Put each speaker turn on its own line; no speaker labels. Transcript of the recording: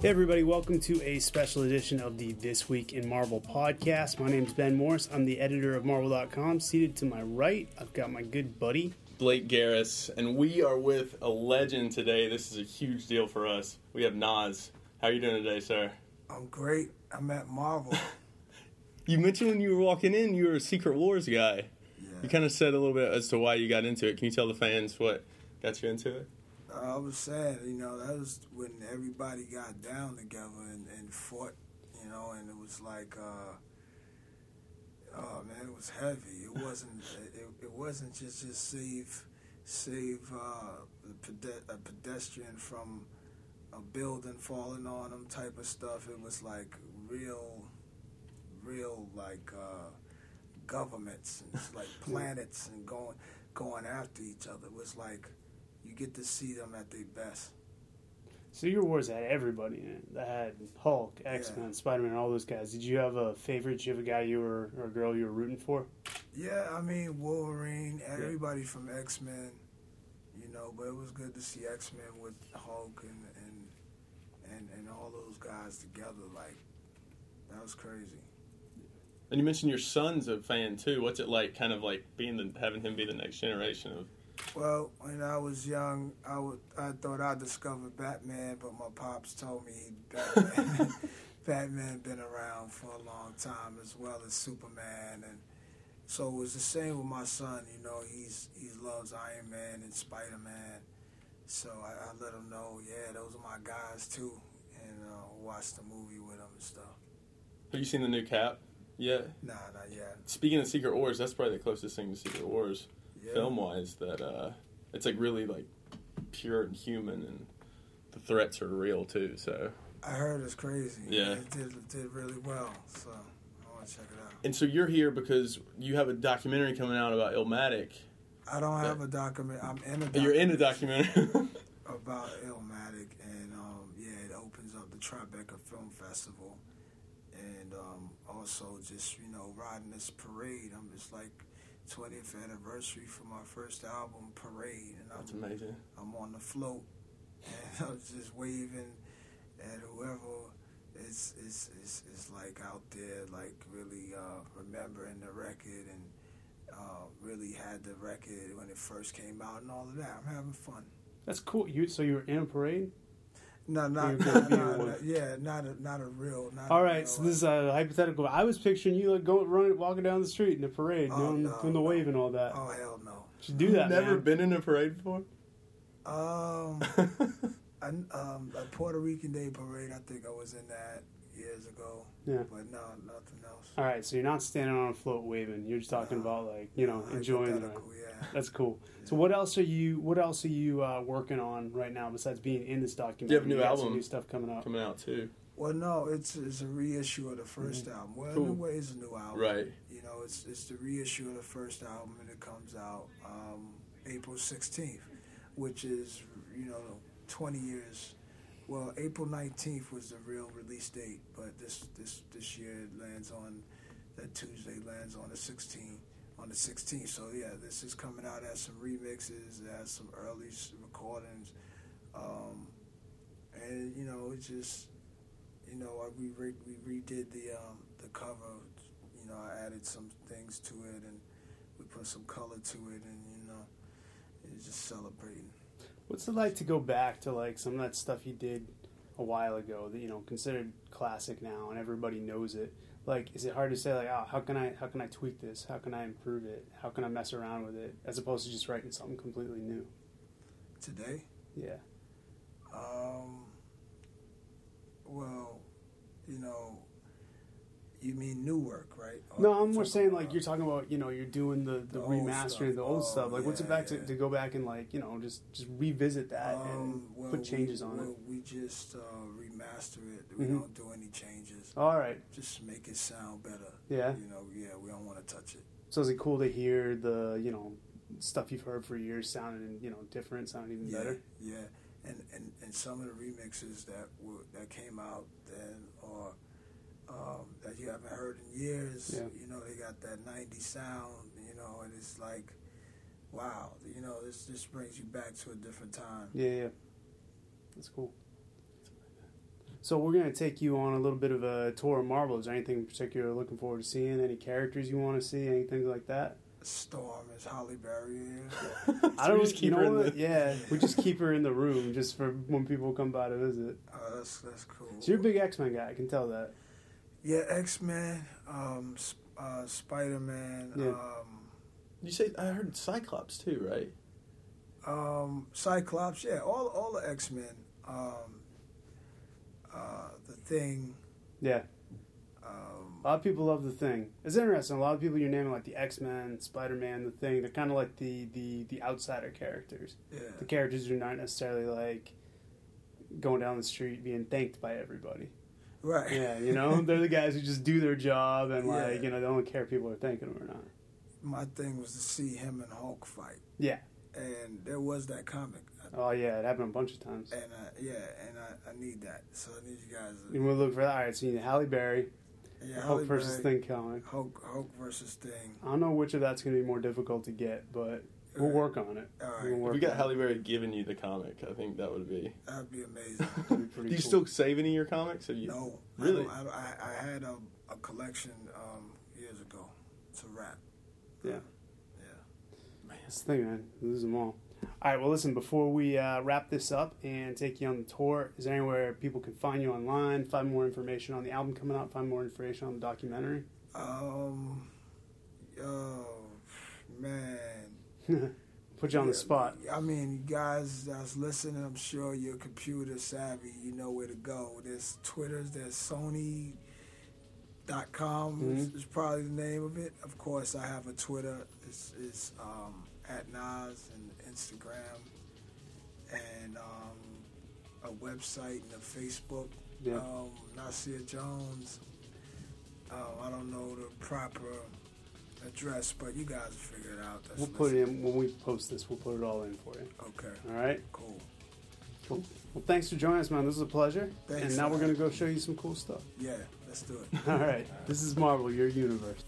Hey, everybody, welcome to a special edition of the This Week in Marvel podcast. My name's Ben Morris. I'm the editor of Marvel.com. Seated to my right, I've got my good buddy.
Blake Garris, and we are with a legend today. This is a huge deal for us. We have Nas. How are you doing today, sir?
I'm great. I'm at Marvel.
You mentioned when you were walking in, you were a Secret Wars guy. You kind of said a little bit as to why you got into it. Can you tell the fans what got you into it?
I was sad, you know, that was when everybody got down together and, and fought, you know, and it was like, uh, oh man, it was heavy. It wasn't, it, it wasn't just, just save, save uh, the pede- a pedestrian from a building falling on them type of stuff. It was like real, real like uh, governments and it's like planets and going, going after each other. It was like, you get to see them at their best.
So your war's had everybody in it. That had Hulk, X Men, Spider Man, all those guys. Did you have a favorite? Did you have a guy you were or a girl you were rooting for?
Yeah, I mean Wolverine, everybody from X Men, you know. But it was good to see X Men with Hulk and, and and and all those guys together. Like that was crazy.
And you mentioned your son's a fan too. What's it like, kind of like being the, having him be the next generation of?
Well, when I was young, I would I thought I discovered Batman, but my pops told me Batman, Batman been around for a long time as well as Superman, and so it was the same with my son. You know, he's he loves Iron Man and Spider Man, so I, I let him know, yeah, those are my guys too, and uh, watched the movie with him and stuff.
Have you seen the new Cap? Yeah.
Nah, not yet.
Speaking of Secret Wars, that's probably the closest thing to Secret Wars.
Yeah.
film wise that uh, it's like really like pure and human and the threats are real too so
I heard it's crazy.
Yeah.
It did it did really well, so I want to check it out.
and so you're here because you have a documentary coming out about ilmatic
I don't have a document. I'm in a document.
you're in a documentary
about Illmatic, and um, yeah, it opens up the Tribeca Film Festival, and um, also just you know riding this parade. I'm just like 20th anniversary for my first album, Parade, and
that's
I'm
amazing
I'm on the float, and I'm just waving at whoever. It's it's it's it's like out there, like really uh, remembering the record and. Uh, really had the record when it first came out and all of that. I'm having fun.
That's cool. You so you were in a parade.
No, not,
You're
not,
gonna be
not-
one.
not- yeah, not a not a real. Not
All
a
right,
real,
so this is a hypothetical. I was picturing you like going running, walking down the street in a parade,
Oh,
doing,
no,
doing the
no.
wave and all that.
Oh hell no.
Should do that.
never
man.
been in a parade before
Um, I, um, a Puerto Rican Day Parade. I think I was in that years ago.
Yeah.
But no, nothing else.
All right, so you're not standing on a float waving. You're just talking about like you know enjoying the.
Uh, Hypothetical, yeah.
That's cool. So what else are you? What else are you uh, working on right now besides being in this documentary?
Do you have a new
got some
album?
new stuff coming up.
coming out too
Well, no, it's it's a reissue of the 1st
Mm-hmm.
album. Well,
Cool.
in a way, it's a new
Oh.
album.
right
You know, it's it's the reissue of the first album, and it comes out um, April sixteenth, which is you know twenty years. Well, April nineteenth was the real release date, but this this this year it lands on that Tuesday lands on the sixteenth on the sixteenth. So yeah, this is coming out as some remixes, as some early s- recordings, um, and you know it's just you know we re- we redid the um, the cover you know, I added some things to it and we put some color to it and, you know, it's just celebrating.
What's it like to go back to like some of that stuff you did a while ago that you know considered classic now and everybody knows it? Like, is it hard to say like, oh, how can I how can I tweak this? How can I improve it? How can I mess around with it? As opposed to just writing something completely new.
Today,
Yeah.
um, well, you know, you mean new work, right? Or
No,
you're
I'm more
talking
saying like
about-
you're talking about you know you're doing the the,
The old
remastering of the
stuff.
old
Oh,
stuff. Like, what's it
yeah,
back to,
yeah.
to go back and like you know just just revisit that and
Um, well,
put changes
we,
on it?
well, We just uh, remaster it. We
Mhm.
don't do any changes.
All right.
Just make it sound better.
Yeah.
You know, yeah, we don't want to touch it.
So is it cool to hear the you know stuff you've heard for years sounding you know different, sounding even
yeah,
better?
Yeah, and, and and some of the remixes that were that came out then or um, that you haven't heard in years.
Yeah.
You know, they got that '90 sound. You know, and it's like, wow. You know, this this brings you back to a different time.
Yeah, yeah. That's cool. So we're gonna take you on a little bit of a tour of Marvel. Is there anything in particular you're looking forward to seeing? Any characters you want to see? Anything like that?
Storm is Holly Berry.
I don't
we just
you
keep
know
her in
what?
the-
Yeah, we just keep her in the room just for when people come by to visit.
Oh, that's that's cool.
So you're a big X Men guy. I can tell that.
Yeah, X Men, um, S- uh, um, Spider Man,
Yeah.
You say I heard Cyclops too, right?
um, um, Cyclops. Yeah, all all the X Men. Um, uh, the Thing.
Yeah.
Um,
A lot of people love the thing. It's interesting. A lot of people you're naming like the X Men, Spider Man, the thing. They're kind of like the, the the outsider characters.
yeah,
The characters who are not necessarily like going down the street being thanked by everybody.
right.
Yeah, you know, they're the guys who just do their job and like
Yeah.
you know they don't care if people are thanking them or not.
My thing was to see him and Hulk fight.
Yeah.
and there was that comic,
Oh yeah, it happened a bunch of times.
and uh, yeah, and I, I need that. So I need you guys.
You want to look for that? All right, so you need Halle Berry,
yeah, Halle
Mm-hmm. Hulk versus
Berry,
Thing comic.
Hulk, Hulk versus Thing.
I don't know which of that's going to be more difficult to get, but we'll work on it.
All
We'll
right,
If
work
we got
on
Halle Berry giving you the comic, I think that would be.
that'd be amazing.
Do
pretty
you
cool.
still save any of your comics? Or you,
No,
Really?
I, don't- I, I I had a, a collection um, years ago. It's a wrap.
Yeah.
yeah.
That's the thing, man. Lose them all. All right. Well, listen. Before we uh, wrap this up and take you on the tour, is there anywhere people can find you online? Find more information on the album coming out. Find more information on the documentary.
Um, oh man,
Put you on the spot.
I mean, guys that's listening, I'm sure you're computer savvy. You know where to go. There's Twitter's, there's Sony. Dot com
Mm-hmm.
is, is probably the name of it. Of course, I have a Twitter. It's, it's um, at Nas and Instagram, and um, a website and a Facebook.
Yeah.
Um, Nasir Jones. Um, I don't know the proper address, but you guys figure it out. That's
We'll put it in when we post this. We'll put it all in for you.
Okay,
All right.
cool.
Cool. Well, thanks for joining us, man. This was a pleasure.
Thanks.
And now we're gonna go show you some cool stuff.
Yeah, let's do it.
All right. This is Marvel, your universe.